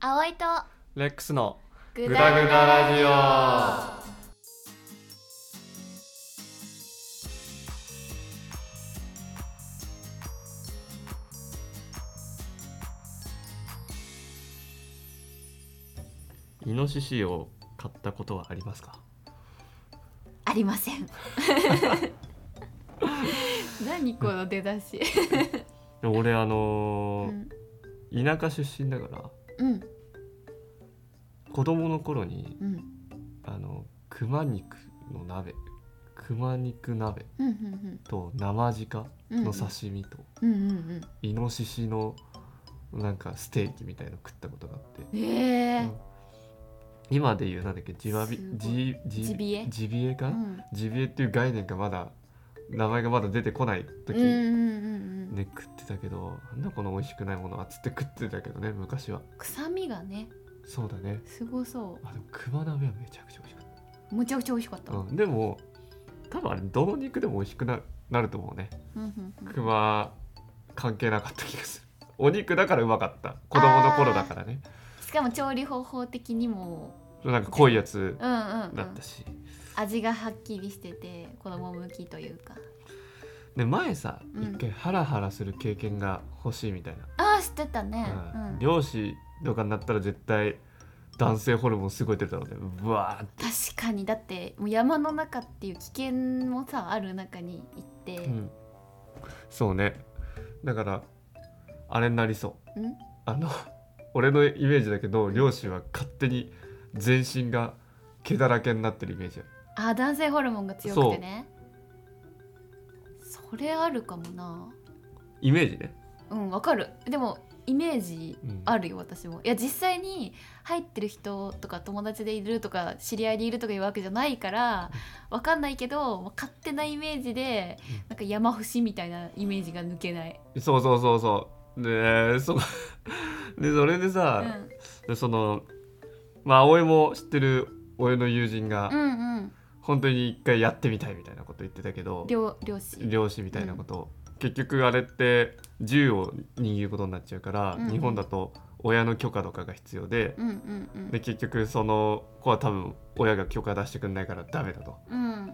葵とレックスのググダグダラジオイノシシを買ったことはありますかありません何この出だし、でも俺あうのんー田舎出身だからうん子供の頃にうんあの熊肉の鍋熊肉鍋うんうんと生鹿うんうんの刺身とうんうんイノシシのなんかステーキみたいの食ったことがあってうんえうん今でいうなんだっけジワビすごいジジビエジビエうか、んジビエっていう概念がまだ名前がまだ出てこない時、うんうんうんうんね食ってたけどなんだこの美味しくないものはっつって食ってたけどね昔は臭みがねそうだねすごそあでも熊鍋はめちゃくちゃ美味しかっうむちゃくちゃ美味しかった、た、うん、でも多分あれどの肉でも美味しくななると思うねうんうんうん熊関係なかった気がするお肉だからうまかった子供の頃だからねしかも調理方法的にもなんか濃いやつうんうん、うん、だったし、味がはっきりしてて子供向きというかで前さうん一回ハラハラする経験が欲しいみたいな、ああ知ってたね、ううんん、漁師とかになったら絶対男性ホルモンすごい出るだろうねうわーっ確かにだってもう山の中っていう危険もさある中に行って、て、うんそうねだからあれになりそううんあの俺のイメージだけど漁師は勝手に全身が毛だらけになってるイメージあるあー男性ホルモンが強くてねそれあるかもなイメージね、うんわかるでもイメージうんあるよ私もいや実際に入ってる人とか友達でいるとか知り合いでいるとかいうわけじゃないからわかんないけどもう勝手なイメージでうんなんか山伏みたいなイメージが抜けない、そうそうそうそうでそでそれでうさ、ん、でそのまあ葵も知ってる俺の友人がうんうん本当に一回やってみたいみたいなこと言ってたけど漁漁師漁師みたいなことを、結局あれって銃を握ることになっちゃうから、うんうん日本だと親の許可とかが必要で,、うんうんうんで結局その子は多分親が許可出してくんないからダメだとうんうんうん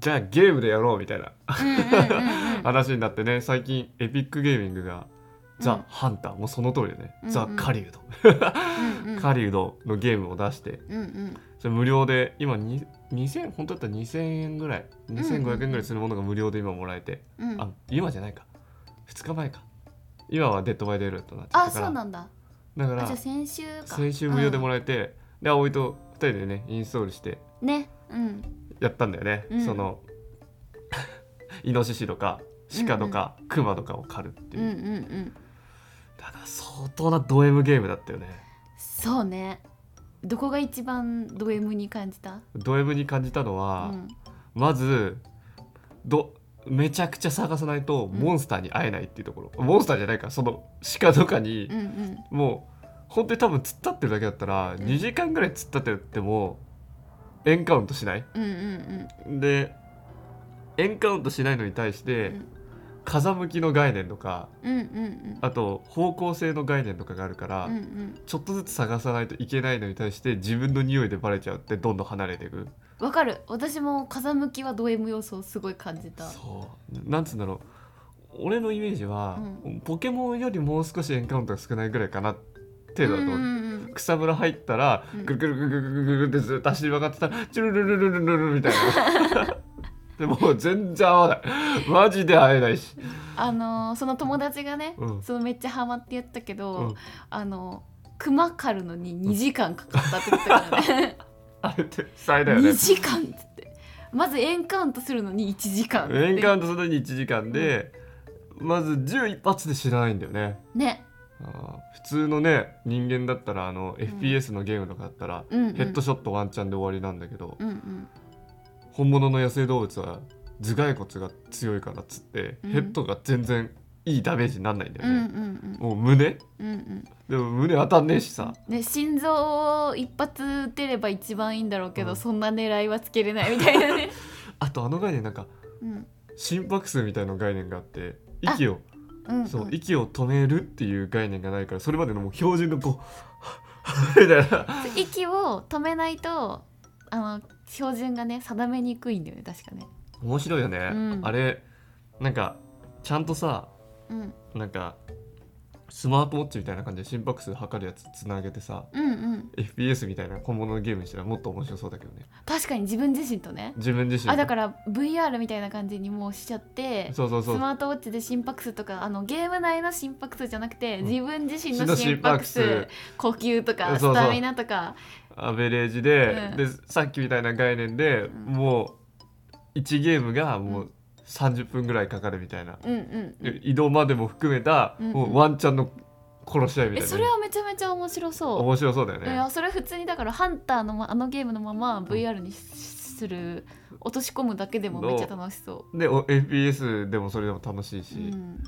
じゃあゲームでやろうみたいなうんうん話になってね最近エピックゲーミングが「うんザ・ハンター」もうその通りだね「うんうんザ・狩人」うんうん狩人のゲームを出してうんうんそれ無料で今に2000本当だったら2000円ぐらい2500円ぐらいするものが無料で今もらえて、うんあ今じゃないか2日前か今はデッドバイデイライトになっちゃあったかそらうなんだだかあじゃあら先週か先週無料でもらえて、で葵と2人でねインストールしてうんねうんやったんだよね、うんその イノシシとか鹿とか、クマとかを狩るってういんう、うんうんただ相当なド M ゲームだったよねそうねどこが一番ド M に感じたド M に感じたのうは、んまずどめちゃくちゃ探さないとんモンスターに会えないっていうところ、モンスターじゃないかその鹿とかにう、んうんもう本当に多分突っ立ってるだけだったらん2時間ぐらい突っ立っててもエンカウントしないうんうんでエンカウントしないのに対して、うん風向きの概念とかうんうんうんあと方向性の概念とかがあるから、うんうんちょっとずつ探さないといけないのに対して自分の匂いでバレちゃうってどんどん離れていくわかる私も風向きはド M 要素をすごい感じたそうなんつうんだろう俺のイメージは、うポケモンよりもう少しエンカウントが少ないぐらいかな程度だと思う、うんうんうん草むら入ったらうんぐるぐるぐるぐるぐるぐるってずっと走り曲がってたらチュルルルルルルルみたいなでもう全然合わないマジで会えないし、あのーその友達がねうんそのめっちゃハマってやったけうんどあの熊狩るのに2時間かかったって言ってたからねあれって最大だよね2時間っつってまずエンカウントするのに1時間っつってエンカウントするのに1時間で、まず銃一発で死なないんだよねねあー普通のね人間だったらあの FPS のゲームとかだったら、うんうんヘッドショットワンチャンで終わりなんだけど、うんうん本物の野生動物は頭蓋骨が強いからっつって、うんヘッドが全然いいダメージになんないんだうよんうんね、もう胸うんうんうんでも胸当たんねえしさね心臓を一発打てれば一番いいんだろうけど、うんそんな狙いはつけれないみたいな ね、あとあの概念なんかうん、心拍数みたいな概念があって息をうんうん、そう息を止めるっていう概念がないからそれまでのもう標準がこう みたいな息を止めないとあの標準がね定めにくいんだよね確かね。面白いよね、うんあれなんかちゃんとさうん、なんかスマートウォッチみたいな感じで心拍数測るやつつなげてさうん、うん。 FPS みたいな小物のゲームにしたらもっと面白そうだけどね確かに自分自身とね。自分自身あだからら VR みたいな感じにもうしちゃって。そうそうスそうマートウォッチで心拍数とかあのゲーム内の心拍数じゃなくて、うん自分自身自分のの心心拍拍数数呼吸とかそうそうスタミナとかアベレージで,、うんでさっきみたいな概念で、んもう1ゲームがもうう30分ぐらいかかるみたいな、うんうんうん、移動までも含めた、うんうんもうワンチャンの殺し合いみえたいそなれはめちゃめちゃ面白そう面白そうだよいねやそれ普通にだからハンターのまあのゲームのまま VR にしする落とし込むだけでもめっちゃ楽しそ、でお FPS でもそれでも楽しいうし、うん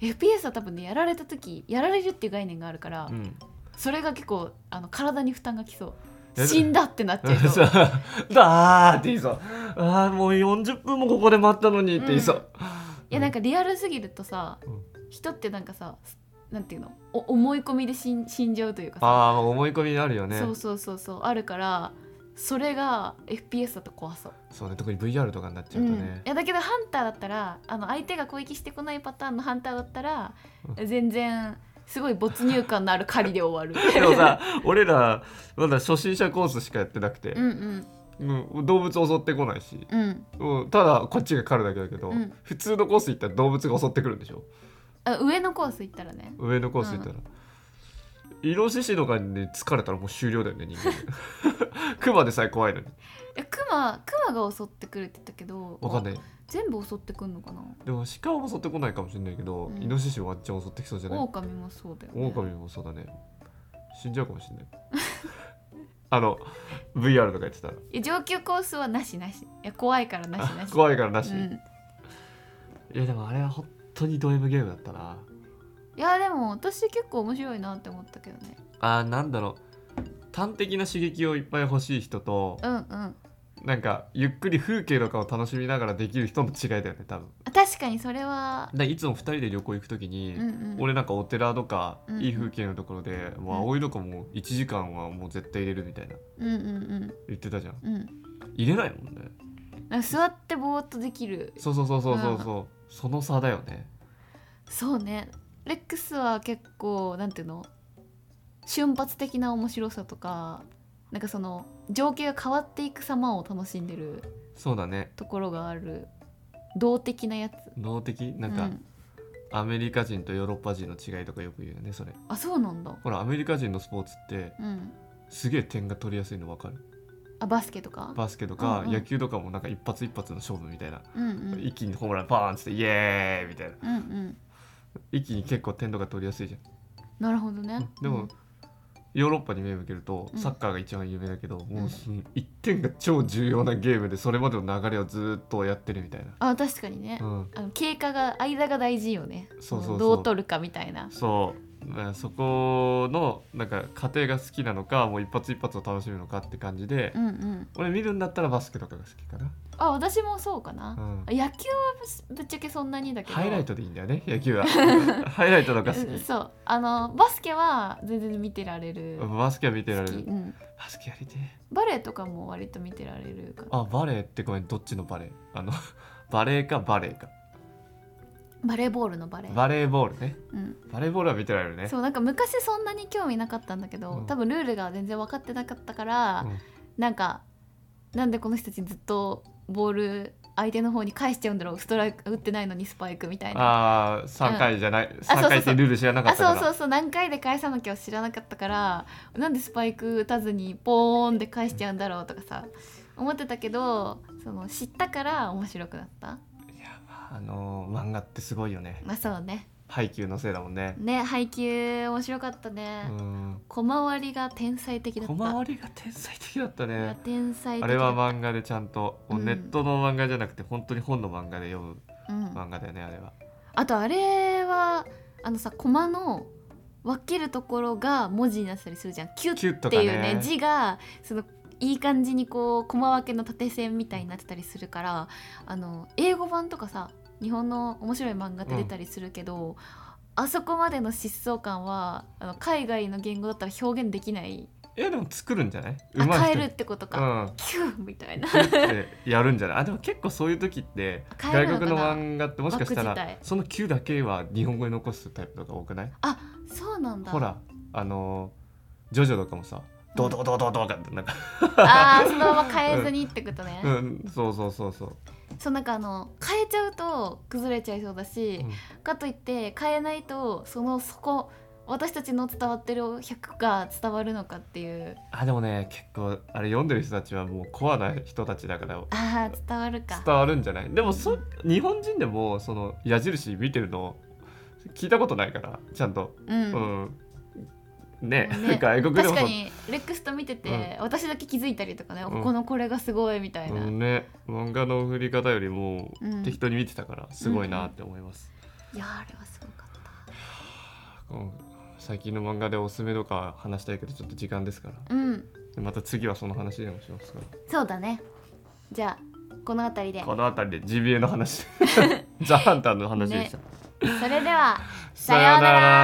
FPS は多分ねやられた時やられるっていう概念があるから、うんそれが結構あの体に負担がきそやうだ死んだってなっちゃい さそうだーって言いそうあーもう40分もここで待ったのにって言いそう、いやなんかリアルすぎるとさ、うん人ってなんかさなんていうのお思い込みで死ん死んじゃうというかさ、ああ思い込みあるよねそうそうそうそうあるからそれが FPS だと怖そうそうね特に VR とかになっちゃうとねい、やだけどハンターだったらあの相手が攻撃してこないパターンのハンターだったら全然すごい没入感のある狩りで終 わるでもさ俺らまだ初心者コースしかやってなくて、うんうんもう動物襲ってこないしうんもうただこっちが狩るだけだけど、うん普通のコース行ったら動物が襲ってくるんでしょあ上のコース行ったらね上のコース行ったら、イノシシとかに疲れたらもう終了だよ ね人間クマでさえ怖いのにえクマクマが襲ってくるって言ったけどわかんない全部襲ってくるのかなでも鹿は襲ってこないかもしれないけど、うんイノシシワンチャン襲ってきそうじゃないオオカミもそうだよ、ね、オオカミもそうだね死んじゃうかもしれないあの VR とかやってたらいや上級コースはなしなしいや怖いからなしなし 怖いからなし、うん、いやでもあれは本当にド M ゲームだったないやでも私結構面白いなって思ったけどねあーなんだろう端的な刺激をいっぱい欲しい人とうんうんなんかゆっくり風景とかを楽しみながらできる人の違いだよね多分確かにそれはでいつも2人で旅行行く時に、うんうん俺なんかお寺とか、うんいい風景のところで、もう葵とかも1時間はもう絶対入れるみたいなうんうん言ってたじゃんうんうん入れないもんねなんか座ってぼーっとできるそうそうそうそうそうそう、その差だよねそうねレックスは結構なんていうの瞬発的な面白さとかなんかその情景が変わっていく様を楽しんでるそうだねところがある動的なやつ脳的なんか、うんアメリカ人とヨーロッパ人の違いとかよく言うよねそれあそうなんだほらアメリカ人のスポーツってうんすげえ点が取りやすいの分かるあバスケとかバスケとかうんうん野球とかもなんか一発一発の勝負みたいな、うんうん一気にホームランパーンっつってイエーイみたいなうんうん一気に結構点とか取りやすいじなるほどゃんねでも、ヨーロッパに目向けるとうんサッカーが一番有名だけど、もうその1点が超重要なゲームでそれまでの流れをずーっとやってるみたいな、あ確かにね、うん、あの経過が間が大事よねそうそうそうどう取るかみたいなそうまあそこのなんか家庭が好きなのかもう一発一発を楽しむのかって感じで、うんうん俺見るんだったらバスケとかが好きかな、あ私もそうかな、うん野球はぶぶっちゃけそんなにだけどハイライトでいいんだよね野球 はハイライトとか好うんきそうあのバスケは全然見てられるバスケは見てられ好きるうん、バスケやりてえバレエとかも割と見てられるかなあバレーってごめんどっちのバレーあの バレーかバレーかバレーボールのバレーバレーボールねうん、バレーボールは見てられるねそうなんか昔そんなに興味なかったんだけど、うん多分ルールが全然分かってなかったから、うんなんかなんでこの人たちずっとボール相手の方に返しちゃうんだろうストライク打ってないのにスパイクみたいなああ3回じゃない、そうそう三3回ってルール知らなかあったからそうそうそう何回で返さなきゃ知らなかったからなんでスパイク打たずにポーンで返しちゃうんだろうとかさ思ってたけどその知ったから面白くなったいやあのー漫画ってすごいよねまあそうね配給のせいだもんねね配球面白かったね、うん小回りが天才的だった小回りが天才的だったいやね天才的あれは漫画でちゃんと、うんネットの漫画じゃなくて本当に本の漫画で読むうん、漫画だよねあれはあとあれはあのさ駒の分けるところが文字になってたりするじゃんキュッキュッとっかていねうね字がそのいい感じにこう駒分けの縦線みたいになってたりするからあの英語版とかさ日本の面白い漫画って出たりするけど、あそこまでの疾走感はあの海外の言語だったら表現できないいやでも作るんじゃないあい人変えるってことうか、んキューみたいな作ってやるんじゃないあでも結構そういう時って変え外るのかな国の漫画ってもしかした枠自ら体その Q だけは日本語に残すタイプとか多くないあそうなんだほらあのジョジョとかもさ「ドドドドド」がなんか、あーそのまま変えずにってことね、うん、そうそうそうそう、そうなんかあの変えちゃうと崩れちゃいそうだし、うんかといって変えないとそのそこ私たちの伝わってる100が伝わるのかっていうあでもね結構あれ読んでる人たちはもうコアな人たちだからあー伝わるか伝わるんじゃないでもそ日本人でもその矢印見てるの聞いたことないからちゃんと、うん、うんねね 外国でも確かにレックスと見てて、私だけ気づいたりとかね、うんここのこれがすごいみたいな、うんね漫画の振り方よりもうん適当に見てたからすごいなって思います、いやーあれはすごかっうん最近の漫画でおすすめとか話したいけどちょっと時間ですからたうんでまた次はその話でもしますからそうだねじゃあこの辺りでこの辺り で GBA の話ザ・ハンターの話でした、それではさようなら